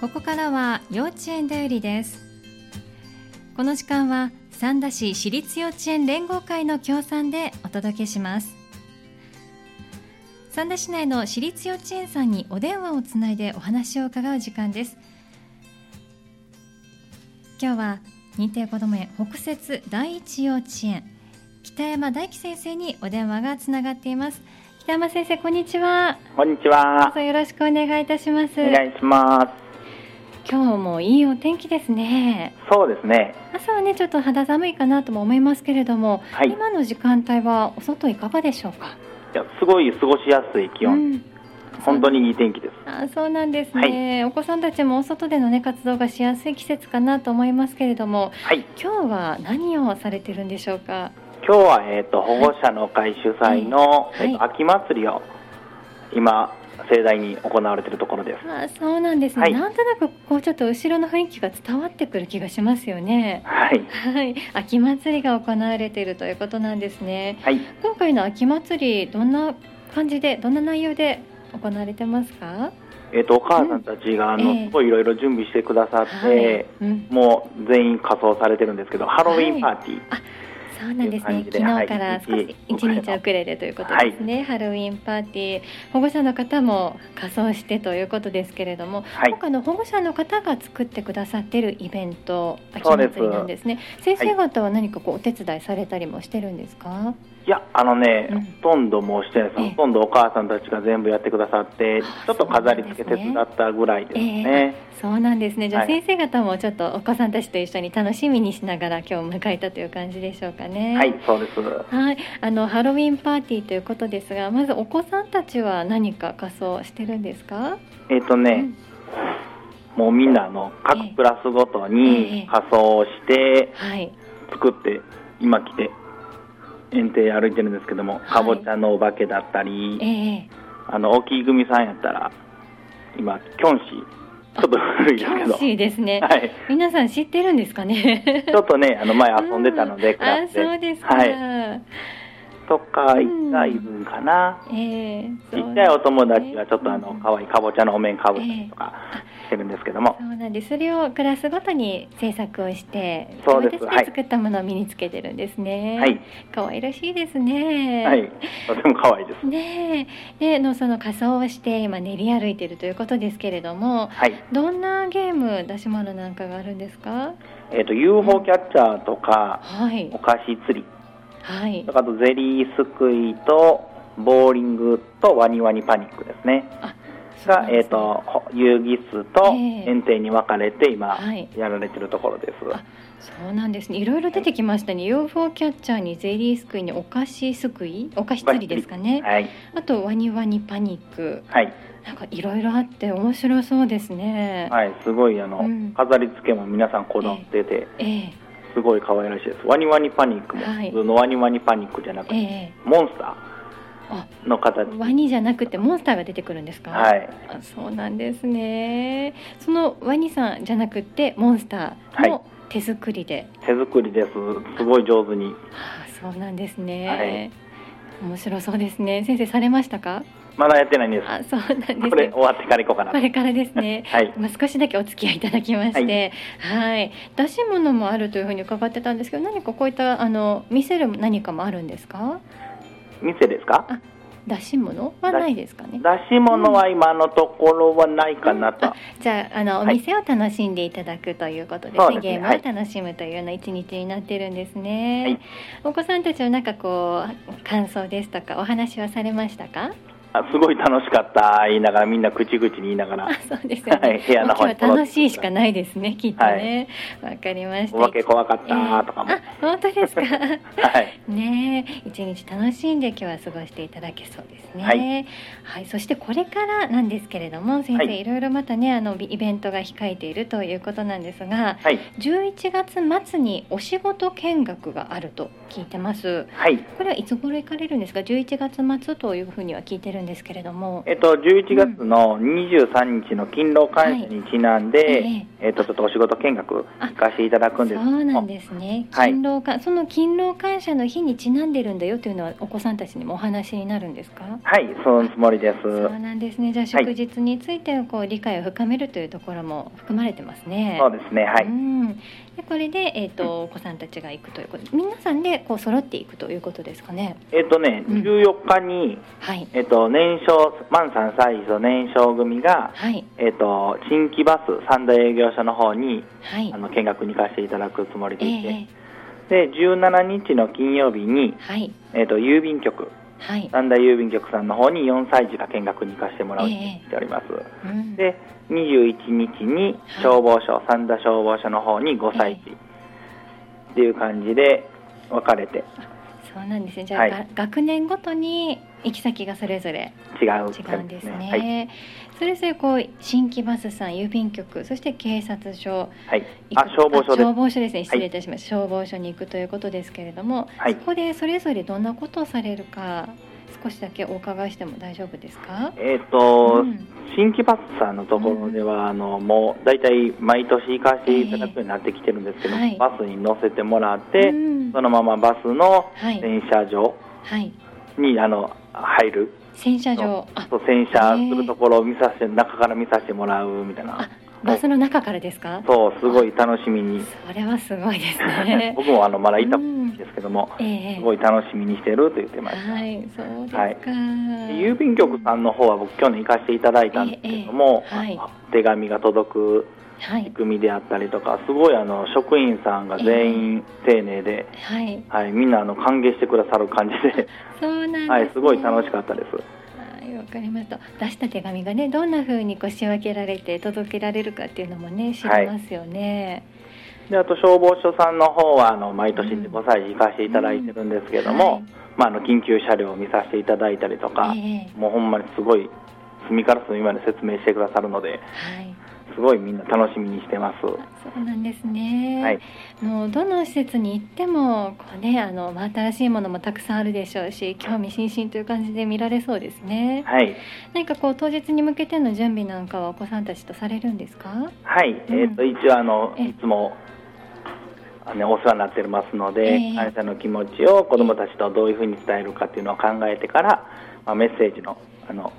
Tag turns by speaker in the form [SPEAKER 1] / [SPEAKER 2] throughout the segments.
[SPEAKER 1] ここからは幼稚園だよりですこの時間は三田市私立幼稚園連合会の協賛でお届けします三田市内の私立幼稚園さんにお電話をつないでお話を伺う時間です今日は認定こども園北節第一幼稚園北山大樹先生にお電話がつながっています北山先生こんにちは
[SPEAKER 2] こんにちは
[SPEAKER 1] どう。ぞよろしくお願いいたします
[SPEAKER 2] お願いします。
[SPEAKER 1] 今日もいいお天気ですね
[SPEAKER 2] そうですね。
[SPEAKER 1] 朝はねちょっと肌寒いかなとも思いますけれども、
[SPEAKER 2] はい。い
[SPEAKER 1] 今の時間帯はお外いかがでしょうか
[SPEAKER 2] やすごい過ごしやすい気
[SPEAKER 1] う
[SPEAKER 2] 温、
[SPEAKER 1] ん
[SPEAKER 2] 本当にいい天気です。
[SPEAKER 1] あそうなんですね、お子さんたちもお外でのね活動がしやすい季節かなと思いますけれども
[SPEAKER 2] はい。
[SPEAKER 1] 今日は何をされてるんでしょうか
[SPEAKER 2] 今日はえっ、と保護者の会主催の、
[SPEAKER 1] はい
[SPEAKER 2] えーと秋祭りを今盛大に行われているところです。
[SPEAKER 1] あそうなんですね、
[SPEAKER 2] はい
[SPEAKER 1] なんとなくこうちょっと後ろの雰囲気が伝わってくる気がしますよね
[SPEAKER 2] はい。
[SPEAKER 1] はい、秋祭りが行われているということなんですね
[SPEAKER 2] はい。
[SPEAKER 1] 今回の秋祭りどんな感じでどんな内容で行われてますか
[SPEAKER 2] えっ、とお母さんたちがあの、
[SPEAKER 1] ええ
[SPEAKER 2] すごいいろいろ準備してくださって。
[SPEAKER 1] はい、うん、
[SPEAKER 2] もう全員仮装されてるんですけど、ハロウィーンパーティー、
[SPEAKER 1] そうなんです
[SPEAKER 2] とい
[SPEAKER 1] ね
[SPEAKER 2] う感じで
[SPEAKER 1] 昨日から少
[SPEAKER 2] は
[SPEAKER 1] し
[SPEAKER 2] い
[SPEAKER 1] 一日遅れでということですね、ハロウィンパーティー保護者の方も仮装してということですけれども、
[SPEAKER 2] はい
[SPEAKER 1] 今回の保護者の方が作ってくださってるイベント秋
[SPEAKER 2] そうです
[SPEAKER 1] 祭りなんですね先生方は何かこうお手伝いされたりもしてるんですか、
[SPEAKER 2] いや、あのね、
[SPEAKER 1] うん
[SPEAKER 2] ほとんどもうしてないです、
[SPEAKER 1] ええ
[SPEAKER 2] ほとんどお母さんたちが全部やってくださって
[SPEAKER 1] あ、
[SPEAKER 2] ちょっと飾り付け手伝ったぐらいです
[SPEAKER 1] え
[SPEAKER 2] ね。
[SPEAKER 1] えそうなんですね。じゃあ
[SPEAKER 2] はい
[SPEAKER 1] 先生方もちょっとお子さんたちと一緒に楽しみにしながら今日を迎えたという感じでしょうかね。
[SPEAKER 2] はい、そうです。
[SPEAKER 1] はい。あのハロウィンパーティーということですが、まずお子さんたちは何か仮装してるんですか？
[SPEAKER 2] えっ、とね、もうみんなあの
[SPEAKER 1] ええ
[SPEAKER 2] 各クラスごと
[SPEAKER 1] ええ
[SPEAKER 2] に仮装をして
[SPEAKER 1] はい。
[SPEAKER 2] 作って今来て園庭歩いてるんですけども、
[SPEAKER 1] い
[SPEAKER 2] かぼちゃのお化けだったり、
[SPEAKER 1] ええ
[SPEAKER 2] あの大きい組さんやったら今キョンシーちょっと古いで
[SPEAKER 1] キ
[SPEAKER 2] すけ
[SPEAKER 1] ャン
[SPEAKER 2] ど
[SPEAKER 1] シ、ーですね。
[SPEAKER 2] はい、
[SPEAKER 1] 皆さん知ってるんですかね
[SPEAKER 2] ち？ょっとねあの前遊んでたので、
[SPEAKER 1] う
[SPEAKER 2] ク
[SPEAKER 1] んあ
[SPEAKER 2] ラス
[SPEAKER 1] そうで
[SPEAKER 2] で
[SPEAKER 1] すか。
[SPEAKER 2] はい
[SPEAKER 1] え
[SPEAKER 2] とか1回分かな。
[SPEAKER 1] え
[SPEAKER 2] ち
[SPEAKER 1] そう
[SPEAKER 2] っちゃいお友達はちょっとあ
[SPEAKER 1] う
[SPEAKER 2] の
[SPEAKER 1] ん
[SPEAKER 2] 可愛いかぼちゃのお面かぶったりとかしてるんですけども
[SPEAKER 1] そ、うなんです。それをクラスごとに制作をして、
[SPEAKER 2] そうです
[SPEAKER 1] 自分たち
[SPEAKER 2] はい
[SPEAKER 1] 作ったものを身につけてるんですね。
[SPEAKER 2] はい、
[SPEAKER 1] 可愛らしいですね。
[SPEAKER 2] はい、とても可愛いです。
[SPEAKER 1] ねえ、で、のその仮装をして今練り歩いてるということですけれども、
[SPEAKER 2] はい。
[SPEAKER 1] どんなゲーム出し物なんかがあるんですか？
[SPEAKER 2] えっ、と UFO キャッチャーとか
[SPEAKER 1] はい
[SPEAKER 2] お、菓子釣り
[SPEAKER 1] はい
[SPEAKER 2] と。かあとゼリーすくいとボーリングとワニワニパニックですね
[SPEAKER 1] そうなんです
[SPEAKER 2] が
[SPEAKER 1] ね
[SPEAKER 2] えっ、とほ遊戯室と
[SPEAKER 1] ええ
[SPEAKER 2] 園庭に分かれて今
[SPEAKER 1] はい
[SPEAKER 2] やられてるところです、
[SPEAKER 1] あそうなんですね。いろいろ出てきましたね。UFO キャッチャーにゼリーすくいにお菓子すくい、お菓子釣りですかね。
[SPEAKER 2] はい
[SPEAKER 1] あとワニワニパニック。
[SPEAKER 2] はい
[SPEAKER 1] なんかいろいろあって面白そうですね。
[SPEAKER 2] はいすごいあの、
[SPEAKER 1] うん
[SPEAKER 2] 飾り付けも皆さんこだわってて
[SPEAKER 1] え
[SPEAKER 2] すごい可愛らしいですワニワニパニックも
[SPEAKER 1] はい
[SPEAKER 2] 普通のワニワニパニックじゃなく
[SPEAKER 1] え
[SPEAKER 2] て、
[SPEAKER 1] え
[SPEAKER 2] モンスタ
[SPEAKER 1] えあ、
[SPEAKER 2] ーの形
[SPEAKER 1] ワニじゃなくてモンスターが出てくるんですか。
[SPEAKER 2] はい
[SPEAKER 1] あ、そうなんですね。そのワニさんじゃなくてモンスター
[SPEAKER 2] は
[SPEAKER 1] も手作りで。
[SPEAKER 2] 手作りですすごい上手に
[SPEAKER 1] あ、そうなんですね。面白そうですね。先生されましたか。
[SPEAKER 2] まだやってないんです
[SPEAKER 1] あ、そうなんですね。
[SPEAKER 2] これ終わってから行こうかな
[SPEAKER 1] これからですね。
[SPEAKER 2] はい
[SPEAKER 1] まあ、少しだけお付き合いいただきまして、はい、出し物もあるというふうに伺ってたんですけど、何かこういったあの見せる何かもあるんですか？
[SPEAKER 2] 店ですか
[SPEAKER 1] 出し物はないですかね。
[SPEAKER 2] 出し物は今のところはないかなと、
[SPEAKER 1] うんあじゃああのお
[SPEAKER 2] はい
[SPEAKER 1] 店を楽しんでいただくということですね,、
[SPEAKER 2] そうですね
[SPEAKER 1] ゲームを
[SPEAKER 2] はい
[SPEAKER 1] 楽しむというような一日になってるんですね、
[SPEAKER 2] はい
[SPEAKER 1] お子さんたちのなんかこう感想ですとかお話はされましたか
[SPEAKER 2] あすごい楽しかった言いながらみんな口々に言いながら
[SPEAKER 1] あそうですよね、
[SPEAKER 2] はい部屋の方
[SPEAKER 1] も
[SPEAKER 2] に
[SPEAKER 1] う今日は楽しいしかないですねきっとねわ、かりました
[SPEAKER 2] お化け怖かっ
[SPEAKER 1] えー
[SPEAKER 2] たとかも、
[SPEAKER 1] あ本当ですか
[SPEAKER 2] はい
[SPEAKER 1] ねえ一日楽しんで今日は過ごしていただけそうですね。は、
[SPEAKER 2] はい
[SPEAKER 1] そしてこれからなんですけれども先生、、
[SPEAKER 2] はいい
[SPEAKER 1] ろいろまたねあのイベントが控えているということなんですが
[SPEAKER 2] はい
[SPEAKER 1] 11月末にお仕事見学があると聞いてます。
[SPEAKER 2] はい
[SPEAKER 1] これはいつ頃行かれるんですか11月末というふうには聞いてるんんですけれども、
[SPEAKER 2] えっと、11月の23日の勤労感謝にちなんで、
[SPEAKER 1] はい
[SPEAKER 2] えっと、ちょっとお仕事見学行かせていただくんですけ
[SPEAKER 1] そ
[SPEAKER 2] ども
[SPEAKER 1] うなんですね
[SPEAKER 2] はい
[SPEAKER 1] 勤労か、その勤労感謝の日にちなんでるんだよというのはお子さんたちにもお話になるんですか
[SPEAKER 2] はい、そのつもりです。
[SPEAKER 1] そうなんですねじゃあ
[SPEAKER 2] は
[SPEAKER 1] 祝
[SPEAKER 2] い
[SPEAKER 1] 日についてこう理解を深めるというところも含まれてますね。
[SPEAKER 2] そうですね、は
[SPEAKER 1] う
[SPEAKER 2] い。
[SPEAKER 1] ん、でこれで、えー、とお子さんたちが行くということ皆さんでこう揃っていくということですかね。
[SPEAKER 2] えっとね、
[SPEAKER 1] うん
[SPEAKER 2] 14日に、
[SPEAKER 1] はい、
[SPEAKER 2] えっと、年少、満3歳児の年少組が、
[SPEAKER 1] はい、
[SPEAKER 2] えっと、新規バス三大営業所の方に、
[SPEAKER 1] はい
[SPEAKER 2] あ、の、見学に行かせていただくつもり
[SPEAKER 1] え
[SPEAKER 2] でいて、
[SPEAKER 1] ー、
[SPEAKER 2] で、17日の金曜日に、
[SPEAKER 1] はい、
[SPEAKER 2] えっと、郵便局、
[SPEAKER 1] はい、
[SPEAKER 2] 三大郵便局さんの方に4歳児が見学に行かせてもらうようにしております。
[SPEAKER 1] うん、
[SPEAKER 2] で、21日に
[SPEAKER 1] はい
[SPEAKER 2] 消防署、三田消防署の方に5歳児っていう感じで分かれて
[SPEAKER 1] そうなんですね。じゃあ、
[SPEAKER 2] はい
[SPEAKER 1] が学年ごとに行き先がそれぞれ
[SPEAKER 2] 違
[SPEAKER 1] 違う
[SPEAKER 2] う感
[SPEAKER 1] んで
[SPEAKER 2] じですすね。
[SPEAKER 1] ね。
[SPEAKER 2] はい。
[SPEAKER 1] それぞれこう新規バスさん、郵便局、そして警察署、
[SPEAKER 2] はい、
[SPEAKER 1] 行
[SPEAKER 2] あ
[SPEAKER 1] く、
[SPEAKER 2] 消防署
[SPEAKER 1] あ
[SPEAKER 2] で
[SPEAKER 1] 消
[SPEAKER 2] す。
[SPEAKER 1] 防署ですね。失礼いたしました、消防署に行くということですけれども、
[SPEAKER 2] はい
[SPEAKER 1] そ。こでそれぞれどんなことをされるか少しだけお伺いしても大丈夫ですか？
[SPEAKER 2] えっ、と、
[SPEAKER 1] うん
[SPEAKER 2] 新規パスさんのところでは、あのもう大体毎年行かせていただくようになってきてるんですけど、
[SPEAKER 1] ええはい
[SPEAKER 2] バスに乗せてもらって、
[SPEAKER 1] うん
[SPEAKER 2] そのままバスの
[SPEAKER 1] はい
[SPEAKER 2] 洗車場
[SPEAKER 1] はい
[SPEAKER 2] にあの入る、
[SPEAKER 1] 洗車場あ
[SPEAKER 2] そう洗車するところを見させて、中から見させてもらうみたい
[SPEAKER 1] あ
[SPEAKER 2] な、
[SPEAKER 1] バスの中からですか？
[SPEAKER 2] そうすごい楽しみに、。
[SPEAKER 1] それはすごいですね
[SPEAKER 2] 僕もあのまだいた
[SPEAKER 1] う
[SPEAKER 2] こと
[SPEAKER 1] ん
[SPEAKER 2] ないんですけども、
[SPEAKER 1] ええ
[SPEAKER 2] すごい楽しみにしてると言ってました。
[SPEAKER 1] はいそうですか。
[SPEAKER 2] はい郵便局さんの方は僕去年行かせていただいたんですけども、
[SPEAKER 1] ええはい
[SPEAKER 2] 手紙が届く
[SPEAKER 1] はい
[SPEAKER 2] 仕組みであったりとかすごいあの職員さんが全員丁寧で、
[SPEAKER 1] はい
[SPEAKER 2] はい、みんなあの歓迎してくださる感じで、
[SPEAKER 1] そうなんです、ね。
[SPEAKER 2] はい、すごい楽
[SPEAKER 1] し
[SPEAKER 2] しかったです。
[SPEAKER 1] はいわかりました。出した手紙がねどんな風にこう仕分けられて届けられるかっていうのもね知りますよね。
[SPEAKER 2] であと消防署さんの方はあの毎年
[SPEAKER 1] うん
[SPEAKER 2] 5歳児行かせていただいてるんですけども、まあ、あの緊急車両を見させていただいたりと
[SPEAKER 1] は
[SPEAKER 2] か
[SPEAKER 1] い、ええ
[SPEAKER 2] もうほんまにすごい隅から隅まで説明してくださるので
[SPEAKER 1] はい。
[SPEAKER 2] すごいみんな楽しみにしてます。
[SPEAKER 1] そうなんですね。
[SPEAKER 2] はい
[SPEAKER 1] もうどの施設に行ってもこうねあの真新しいものもたくさんあるでしょうし興味津々という感じで見られそうですね。
[SPEAKER 2] はい
[SPEAKER 1] 何かこう当日に向けての準備なんかはお子さんたちとされるんですか？
[SPEAKER 2] はい、
[SPEAKER 1] うん
[SPEAKER 2] えっ、と一応あの
[SPEAKER 1] ええ
[SPEAKER 2] いつもあのねお世話になってますので、
[SPEAKER 1] ええ
[SPEAKER 2] 感謝の気持ちを子どもたちとどういうふうに伝えるかっていうのを考えてから、まあ、メッセージのあの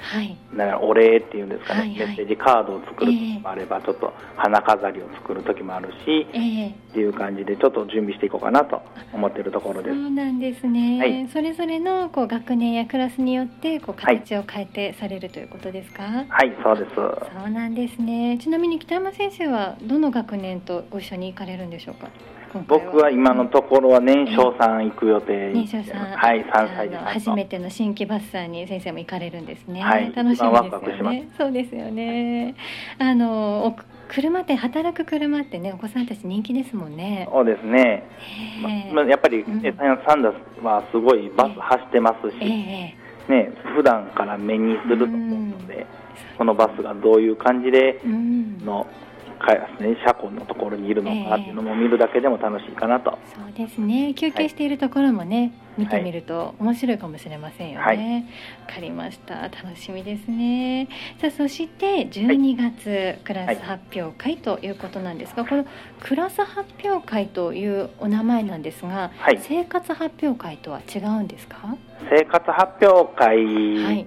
[SPEAKER 1] はい。
[SPEAKER 2] なんかお礼っていうんですかね、
[SPEAKER 1] はいはい
[SPEAKER 2] メッセージカードを作る時もあれば、ちょっと花飾りを作る時もあるし
[SPEAKER 1] ええ
[SPEAKER 2] っていう感じでちょっと準備していこうかなと思ってるところで
[SPEAKER 1] そ
[SPEAKER 2] す。
[SPEAKER 1] うなんですね。
[SPEAKER 2] はい
[SPEAKER 1] それぞれのこう学年やクラスによってこう形を変えてされるということですか？
[SPEAKER 2] はい、そうです。
[SPEAKER 1] そうなんですね。ちなみに北山先生はどの学年とご一緒に行かれるんでしょうか？今回
[SPEAKER 2] 僕は今のところは年少さん行く予定
[SPEAKER 1] 年少さん、
[SPEAKER 2] はい、3
[SPEAKER 1] あの
[SPEAKER 2] 歳児さんと
[SPEAKER 1] 初めての新規バスさんに先生も行かれるんですね。
[SPEAKER 2] はい
[SPEAKER 1] 楽しみ
[SPEAKER 2] 一番ワクワ
[SPEAKER 1] で
[SPEAKER 2] ク
[SPEAKER 1] す
[SPEAKER 2] し
[SPEAKER 1] よ
[SPEAKER 2] ま
[SPEAKER 1] ね。そうですよね。あのお車って働く車ってねお子さんたち人気ですもんね。
[SPEAKER 2] そうですね。ま
[SPEAKER 1] ええ
[SPEAKER 2] まあやっぱり、
[SPEAKER 1] うん
[SPEAKER 2] えサンダースはすごいバ
[SPEAKER 1] え
[SPEAKER 2] ス走ってますし、
[SPEAKER 1] ええ
[SPEAKER 2] ね、普段から目にすると思うので、このバスがどういう感じで
[SPEAKER 1] うん。
[SPEAKER 2] の、かね、車庫のところにいるのかっていうのも見るだけでも楽しいかなと、
[SPEAKER 1] そうですね休憩しているところもね、見てみると面白いかもしれませんよね、わ
[SPEAKER 2] はい
[SPEAKER 1] かりました楽しみですねさあそして12月、クラス発表会ということなんですがこのクラス発表会というお名前なんですが、
[SPEAKER 2] はい
[SPEAKER 1] 生活発表会とは違うんですか、
[SPEAKER 2] 生活発表
[SPEAKER 1] は
[SPEAKER 2] 会
[SPEAKER 1] い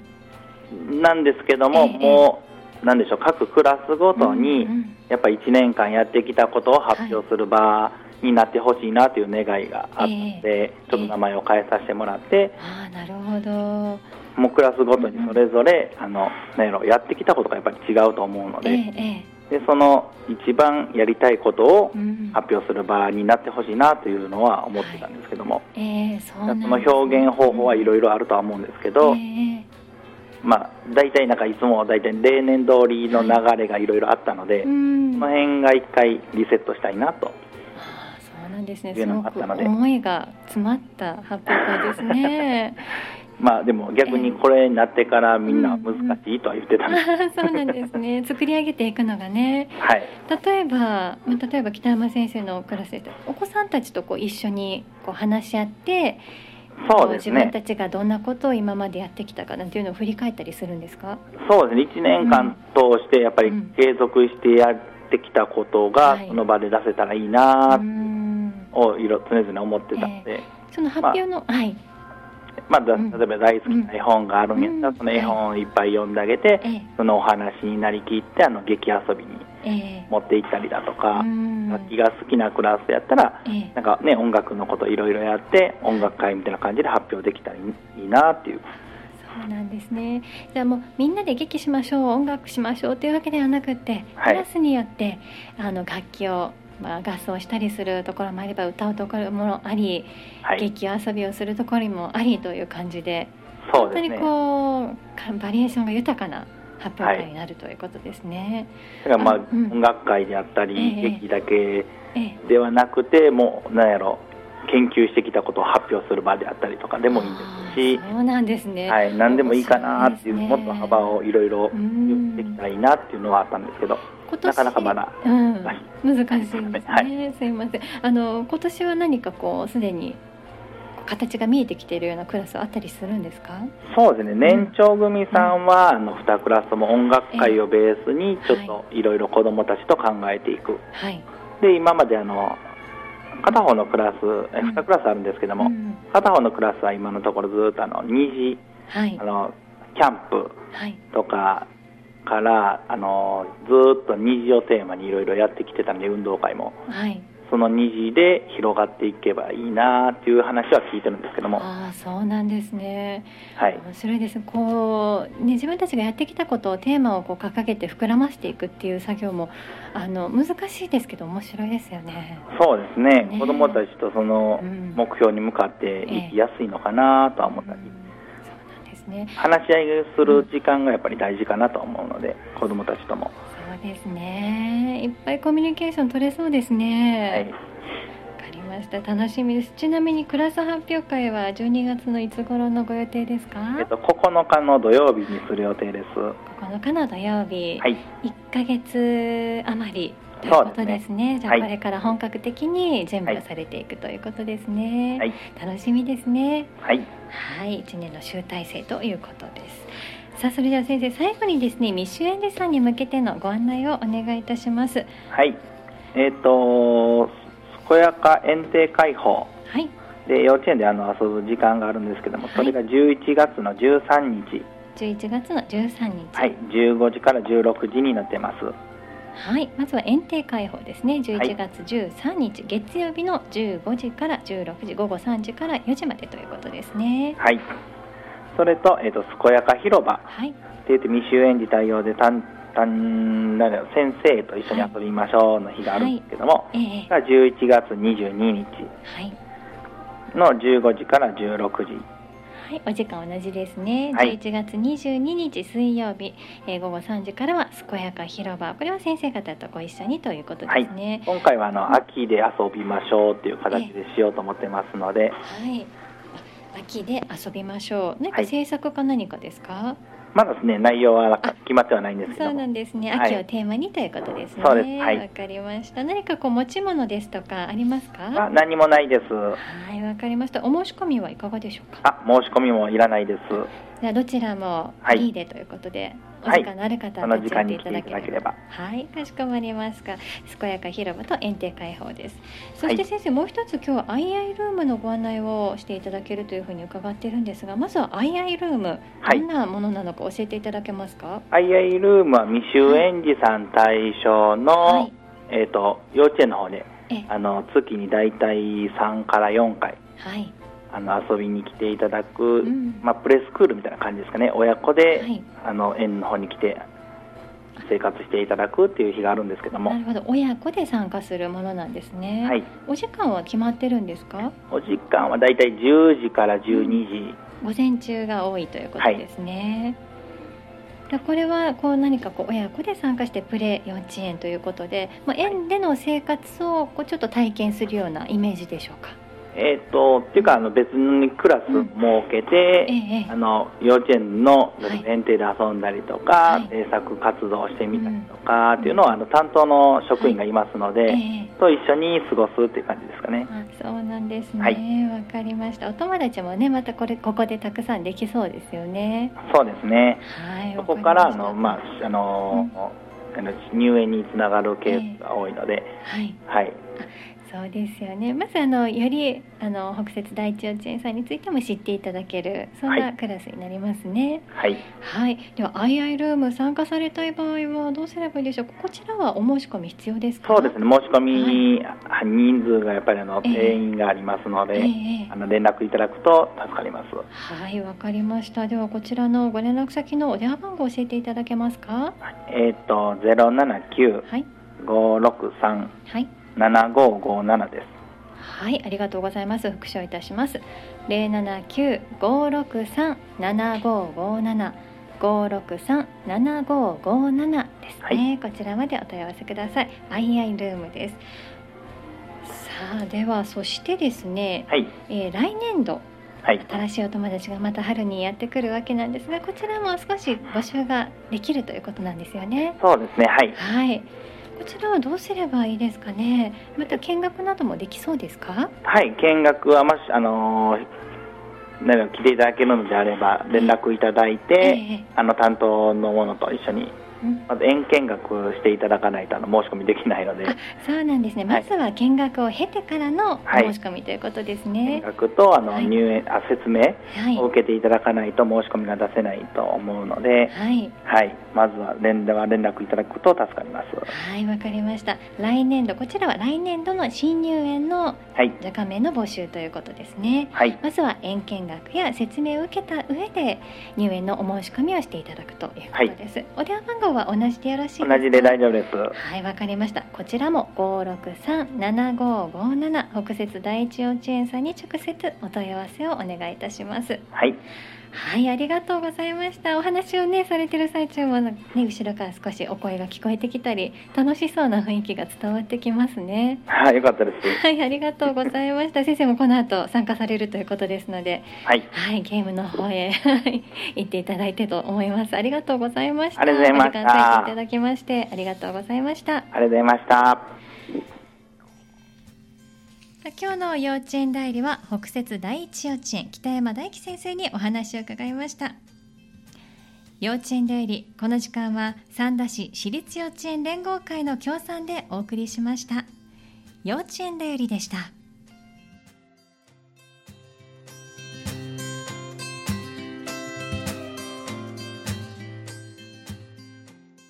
[SPEAKER 2] なんですけど
[SPEAKER 1] え
[SPEAKER 2] も、
[SPEAKER 1] え
[SPEAKER 2] もう、なんでしょう、各クラスごとに、
[SPEAKER 1] うんうん
[SPEAKER 2] やっぱり1年間やってきたことを発表する場になってほしいなという願いがあったので、ちょっと名前を変えさせてもらって、
[SPEAKER 1] ああなるほど
[SPEAKER 2] もうクラスごとにそれぞれ、あのなんやろやってきたことがやっぱり違うと思うの
[SPEAKER 1] え
[SPEAKER 2] で,、
[SPEAKER 1] ええ
[SPEAKER 2] でその一番やりたいことを
[SPEAKER 1] えうん
[SPEAKER 2] 発表する場になってほしいなというのは思ってたんですけども、
[SPEAKER 1] ええそうなんです
[SPEAKER 2] その表現方法はいろいろあるとは思うんですけど、
[SPEAKER 1] ええ
[SPEAKER 2] まあ大体なんかいつも大体例年通りの流れがいろいろあったので、
[SPEAKER 1] うん
[SPEAKER 2] その辺が一回リセットしたいなと
[SPEAKER 1] ああそうなんですね。
[SPEAKER 2] いう
[SPEAKER 1] す
[SPEAKER 2] の
[SPEAKER 1] ご
[SPEAKER 2] があっ
[SPEAKER 1] く
[SPEAKER 2] たので
[SPEAKER 1] 思いが詰まった発表会です ね。
[SPEAKER 2] まあでも逆にこれになってからみんな難しいとは言って
[SPEAKER 1] あ
[SPEAKER 2] たんです、
[SPEAKER 1] あそうなんですね。作り上げていくのがね、
[SPEAKER 2] はい
[SPEAKER 1] 例えば、まあ、例えば北山先生のクラスでお子さんたちとこう一緒にこう話し合って。
[SPEAKER 2] そうです
[SPEAKER 1] 自
[SPEAKER 2] ね
[SPEAKER 1] 分たちがどんなことを今までやってきたかなんていうのを振り返ったりするんですか
[SPEAKER 2] そうですね1年間通してやっぱり
[SPEAKER 1] うん
[SPEAKER 2] 継続してやってきたことが
[SPEAKER 1] はい
[SPEAKER 2] その場で出せたらいいな
[SPEAKER 1] うーん
[SPEAKER 2] をいろ常々思ってたんで、
[SPEAKER 1] その発表の、はい
[SPEAKER 2] まあ、だ
[SPEAKER 1] うん
[SPEAKER 2] 例えば大好きな絵本があるんやった
[SPEAKER 1] う
[SPEAKER 2] ら
[SPEAKER 1] ん
[SPEAKER 2] その絵本をいっぱい読んであげて
[SPEAKER 1] ええ
[SPEAKER 2] そのお話になりきってあの劇遊びに
[SPEAKER 1] ええ
[SPEAKER 2] 持って行ったりだと
[SPEAKER 1] う
[SPEAKER 2] か
[SPEAKER 1] ーん
[SPEAKER 2] 楽器が好きなクラスやったら
[SPEAKER 1] ええ
[SPEAKER 2] なんかね音楽のこといろいろやって音楽会みたいな感じで発表できたらいいいいなっていう
[SPEAKER 1] そうなんですねじゃあもうみんなで劇しましょう音楽しましょうというわけではなくて、
[SPEAKER 2] はい
[SPEAKER 1] クラスによってあの楽器を、まあ、合奏したりするところもあれば歌うところもあり、
[SPEAKER 2] はい
[SPEAKER 1] 劇遊びをするところもありという感じで
[SPEAKER 2] そう
[SPEAKER 1] 本当
[SPEAKER 2] です
[SPEAKER 1] に
[SPEAKER 2] ね
[SPEAKER 1] こうかバリエーションが豊かな発表
[SPEAKER 2] は
[SPEAKER 1] 会
[SPEAKER 2] い
[SPEAKER 1] になるということですね。
[SPEAKER 2] だからまあ
[SPEAKER 1] あうん
[SPEAKER 2] 音楽会であったり
[SPEAKER 1] ええ
[SPEAKER 2] 劇だけ
[SPEAKER 1] え
[SPEAKER 2] ではなくてもうなんやろ研究してきたことを発表する場であったりとかでもいいですし
[SPEAKER 1] あーそうなんですね。
[SPEAKER 2] はい、何でもいいかなっていう
[SPEAKER 1] 面
[SPEAKER 2] も
[SPEAKER 1] 白い
[SPEAKER 2] っ
[SPEAKER 1] ですね
[SPEAKER 2] と幅をいろいろ
[SPEAKER 1] うん
[SPEAKER 2] できたらいいなっていうのはあったんですけど、
[SPEAKER 1] 今年
[SPEAKER 2] なかなかまだ、
[SPEAKER 1] うん、
[SPEAKER 2] はい
[SPEAKER 1] 難しいですね。
[SPEAKER 2] は
[SPEAKER 1] すいません。あの今年は何かこうすでに形が見えてきているようなクラスはあったりするんですか？
[SPEAKER 2] そうですね年長組さんは、あの2クラスとも音楽会をベースにちょっといろいろ子どもたちと考えていく
[SPEAKER 1] はい。
[SPEAKER 2] で今まであの片方のクラスえ
[SPEAKER 1] うん
[SPEAKER 2] 2クラスあるんですけども、
[SPEAKER 1] ん、
[SPEAKER 2] 片方のクラスは今のところずっとあの2時
[SPEAKER 1] はい
[SPEAKER 2] あ。のキャンプ
[SPEAKER 1] はい。
[SPEAKER 2] とかからあのずっと2時をテーマにいろいろやってきてたんで運動会も。
[SPEAKER 1] はい。
[SPEAKER 2] その2時で広がっていけばいいなっていう話は聞いてるんですけども、
[SPEAKER 1] あ
[SPEAKER 2] は
[SPEAKER 1] あ、そうなんですね。
[SPEAKER 2] い、
[SPEAKER 1] 面白いですね。こうね自分たちがやってきたことをテーマをこう掲げて膨らましていくっていう作業もあの難しいですけど面白いですよね。
[SPEAKER 2] そうですね
[SPEAKER 1] ねえ
[SPEAKER 2] 子どもたちとその
[SPEAKER 1] うん
[SPEAKER 2] 目標に向かっていきやすいのかなとは思ったり、
[SPEAKER 1] うんそうなんですね。
[SPEAKER 2] 話し合いする時間がやっぱり大事かなとは思うので子どもたちとも、
[SPEAKER 1] そうですね。いっぱいコミュニケーション取れそうです
[SPEAKER 2] はい
[SPEAKER 1] ね。わ、かりました。楽しみです。ちなみにクラス発表会は12月のいつ頃のご予定ですか？
[SPEAKER 2] えっと、9日の土曜日にする予定です。
[SPEAKER 1] 9日の土曜日、
[SPEAKER 2] はい、
[SPEAKER 1] 1ヶ月余りということですね。じゃあ
[SPEAKER 2] はい
[SPEAKER 1] これから本格的に準備をされていくということですね。
[SPEAKER 2] はい
[SPEAKER 1] 楽しみですね。
[SPEAKER 2] はい、
[SPEAKER 1] はい、1年の集大成ということです。さあそれでは先生最後にですねミッシュエンデさんに向けてのご案内をお願いいたします。
[SPEAKER 2] はい、えっと健やか園庭開放
[SPEAKER 1] はい。
[SPEAKER 2] で幼稚園であの遊ぶ時間があるんですけども、
[SPEAKER 1] はい
[SPEAKER 2] それが11月の13日。
[SPEAKER 1] 11月の13日、
[SPEAKER 2] はい、15時から16時になってます。
[SPEAKER 1] はいまずは園庭開放ですね
[SPEAKER 2] はい
[SPEAKER 1] 11月13日、月曜日の15時から16時午後3時から4時までということですね
[SPEAKER 2] はい。それと、えっ、と、健やか広場
[SPEAKER 1] はい
[SPEAKER 2] って言って未就園児対応で、たん、たん、なんだろう先生と一緒に遊びましょうの日があるんですけども、
[SPEAKER 1] ええ
[SPEAKER 2] が11月22日
[SPEAKER 1] はい、
[SPEAKER 2] の15時から16時。
[SPEAKER 1] はい、お時間同じですね、
[SPEAKER 2] はい
[SPEAKER 1] 11月22日水曜日、えー午後3時からは健やか広場これは先生方とご一緒にということですね
[SPEAKER 2] 今回は、あの、秋で遊びましょうっていう形でしようと思ってますので、
[SPEAKER 1] はい、あ秋で遊びましょう何
[SPEAKER 2] は
[SPEAKER 1] か
[SPEAKER 2] い
[SPEAKER 1] 制作か何かですか、
[SPEAKER 2] まだですね、内容は決まってはないんですけ
[SPEAKER 1] そう
[SPEAKER 2] ど
[SPEAKER 1] な
[SPEAKER 2] も、
[SPEAKER 1] んですね。
[SPEAKER 2] はい
[SPEAKER 1] 秋をテーマにということですね。
[SPEAKER 2] そうですはい
[SPEAKER 1] わかりました。何かこう持ち物ですとかあります
[SPEAKER 2] あ
[SPEAKER 1] か？
[SPEAKER 2] 何もないです。
[SPEAKER 1] はい、わかりました。お申し込みはいかがでしょうか？
[SPEAKER 2] あ、申し込みもいらないです。
[SPEAKER 1] じゃあどちらも
[SPEAKER 2] はい
[SPEAKER 1] いいでということで、
[SPEAKER 2] はい
[SPEAKER 1] お時間のある方
[SPEAKER 2] そ
[SPEAKER 1] は
[SPEAKER 2] の
[SPEAKER 1] 立ち寄
[SPEAKER 2] 時
[SPEAKER 1] っ
[SPEAKER 2] 間
[SPEAKER 1] て
[SPEAKER 2] に
[SPEAKER 1] いただ
[SPEAKER 2] 来ていた
[SPEAKER 1] け
[SPEAKER 2] だけ
[SPEAKER 1] れば。
[SPEAKER 2] れば。
[SPEAKER 1] はい、かしこまりました。健やか広場と園庭開放です。そし
[SPEAKER 2] は
[SPEAKER 1] て
[SPEAKER 2] い
[SPEAKER 1] 先生、もう一つ今日は II ルームのご案内をしていただけるというふうに伺っているんですが、まずは II ルーム、
[SPEAKER 2] はい
[SPEAKER 1] どんなものなのか教えていただけますか？
[SPEAKER 2] II ルームは未就園児さん対象の、
[SPEAKER 1] はい
[SPEAKER 2] えー、と幼稚園の方で
[SPEAKER 1] え、
[SPEAKER 2] あの月に大体3から4回
[SPEAKER 1] はい、
[SPEAKER 2] あの遊びに来ていただく、
[SPEAKER 1] ん
[SPEAKER 2] まあ、プレスクールみたいな感じですかね親子で、
[SPEAKER 1] はい
[SPEAKER 2] あの園の方に来て生活していただくっていう日があるんですけども
[SPEAKER 1] な、るほど、親子で参加するものなんですね。
[SPEAKER 2] はい、
[SPEAKER 1] お時間は決まってるんですか？
[SPEAKER 2] お時間は大体10時から12時、
[SPEAKER 1] 午前中が多いということですね。だこれはこう何かこう親子で参加してプレ幼稚園ということで、まあ園での生活をこうちょっと体験するようなイメージでしょうか。
[SPEAKER 2] えー、っとっていうかあの別にクラス設けて、
[SPEAKER 1] うんええ
[SPEAKER 2] あの幼稚園の
[SPEAKER 1] はい
[SPEAKER 2] 園庭で遊んだりと
[SPEAKER 1] は
[SPEAKER 2] か、
[SPEAKER 1] い
[SPEAKER 2] 制作活動をしてみたりとか、っていうのはあの担当の職員がいますので、
[SPEAKER 1] ええ
[SPEAKER 2] と一緒に過ごすっていう感じですかね。
[SPEAKER 1] あそうなんです
[SPEAKER 2] は
[SPEAKER 1] ね。わ、かりました。お友達もね、またこれここでたくさんできそうですよね。
[SPEAKER 2] そうですね。
[SPEAKER 1] はい。
[SPEAKER 2] そこから
[SPEAKER 1] わ
[SPEAKER 2] あ
[SPEAKER 1] りました
[SPEAKER 2] のまああのー、あの入園につながるケースが多いので、
[SPEAKER 1] はい。
[SPEAKER 2] はい。
[SPEAKER 1] そうですよね。まずあのよりあの北摂第一幼稚園さんについても知っていただけるそん
[SPEAKER 2] は
[SPEAKER 1] ないクラスになりますね。
[SPEAKER 2] はい。
[SPEAKER 1] はい。では II ルーム参加されたい場合はどうすればいいでしょうか。こちらはお申し込み必要ですか。
[SPEAKER 2] そうですね。申し込み、あ人数がやっぱりあの
[SPEAKER 1] ええ
[SPEAKER 2] 定員がありますので、
[SPEAKER 1] ええええ
[SPEAKER 2] あの連絡いただくと助かります。
[SPEAKER 1] はい、わかりました。ではこちらのご連絡先のお電話番号を教えていただけますか。
[SPEAKER 2] えっ、とゼロ七九
[SPEAKER 1] はい。
[SPEAKER 2] 五六三
[SPEAKER 1] はい。
[SPEAKER 2] 七五五七です。
[SPEAKER 1] はい、ありがとうございます。復唱いたします。零七九五六三七五五七五六三七五五七ですね、
[SPEAKER 2] はい
[SPEAKER 1] こちらまでお問い合わせください。II ルームです。さあではそしてですね、
[SPEAKER 2] はい
[SPEAKER 1] えー来年度
[SPEAKER 2] はい
[SPEAKER 1] 新しいお友達がまた春にやってくるわけなんですがこちらも少し募集ができるということなんですよね。
[SPEAKER 2] そうですねはい。
[SPEAKER 1] はい。こちらはどうすればいいですかね。また見学などもできそうですか。
[SPEAKER 2] はい見学はもしあのーなんか来ていただけるのであれば連絡いただいて、
[SPEAKER 1] ええ
[SPEAKER 2] あの担当の者と一緒に
[SPEAKER 1] うん
[SPEAKER 2] まず園見学していただかないとあの申し込みできないので
[SPEAKER 1] あ、そうなんですね。
[SPEAKER 2] は
[SPEAKER 1] ま
[SPEAKER 2] い
[SPEAKER 1] ずは見学を経てからのお
[SPEAKER 2] は
[SPEAKER 1] 申
[SPEAKER 2] い
[SPEAKER 1] し込みということです
[SPEAKER 2] 見
[SPEAKER 1] ね。
[SPEAKER 2] 学とあの
[SPEAKER 1] はい
[SPEAKER 2] 入園、あ説明
[SPEAKER 1] はい。
[SPEAKER 2] を
[SPEAKER 1] は
[SPEAKER 2] 受けていただかないと申し込みが出せないと思うので、
[SPEAKER 1] い。
[SPEAKER 2] はい、まずは連絡連絡いただくと助かります。
[SPEAKER 1] はい、わかりました。来年度、こちらは来年度の新入園の
[SPEAKER 2] はい、
[SPEAKER 1] 若干の募集ということですね。
[SPEAKER 2] はい、
[SPEAKER 1] まずは園見学や説明を受けた上で入園のお申し込みをしていただくということです。お電話番号は同じでよろしいですか
[SPEAKER 2] 同じで大丈夫です。
[SPEAKER 1] はい、わかりました。こちらも五六三七五五七北摂第一幼稚園さんに直接お問い合わせをお願いいたします。
[SPEAKER 2] はい、
[SPEAKER 1] はい、ありがとうございました。お話をねされてる最中もね後ろから少しお声が聞こえてきたり、楽しそうな雰囲気が伝わってきますね。
[SPEAKER 2] はい、よかったです。
[SPEAKER 1] はい、ありがとうございました。先生もこの後参加されるということですので、
[SPEAKER 2] はい、
[SPEAKER 1] はい、ゲームの方へはい行っていただいてと思います。ありがとうございました。
[SPEAKER 2] ありがとうございました
[SPEAKER 1] お時間割いていただきまして、ありがとうございました。
[SPEAKER 2] ありがとうございました。
[SPEAKER 1] さあ今日の幼稚園代理は北摂第一幼稚園北山大樹先生にお話を伺いました幼稚園代理この時間は三田市私立幼稚園連合会の協賛でお送りしました幼稚園代理でした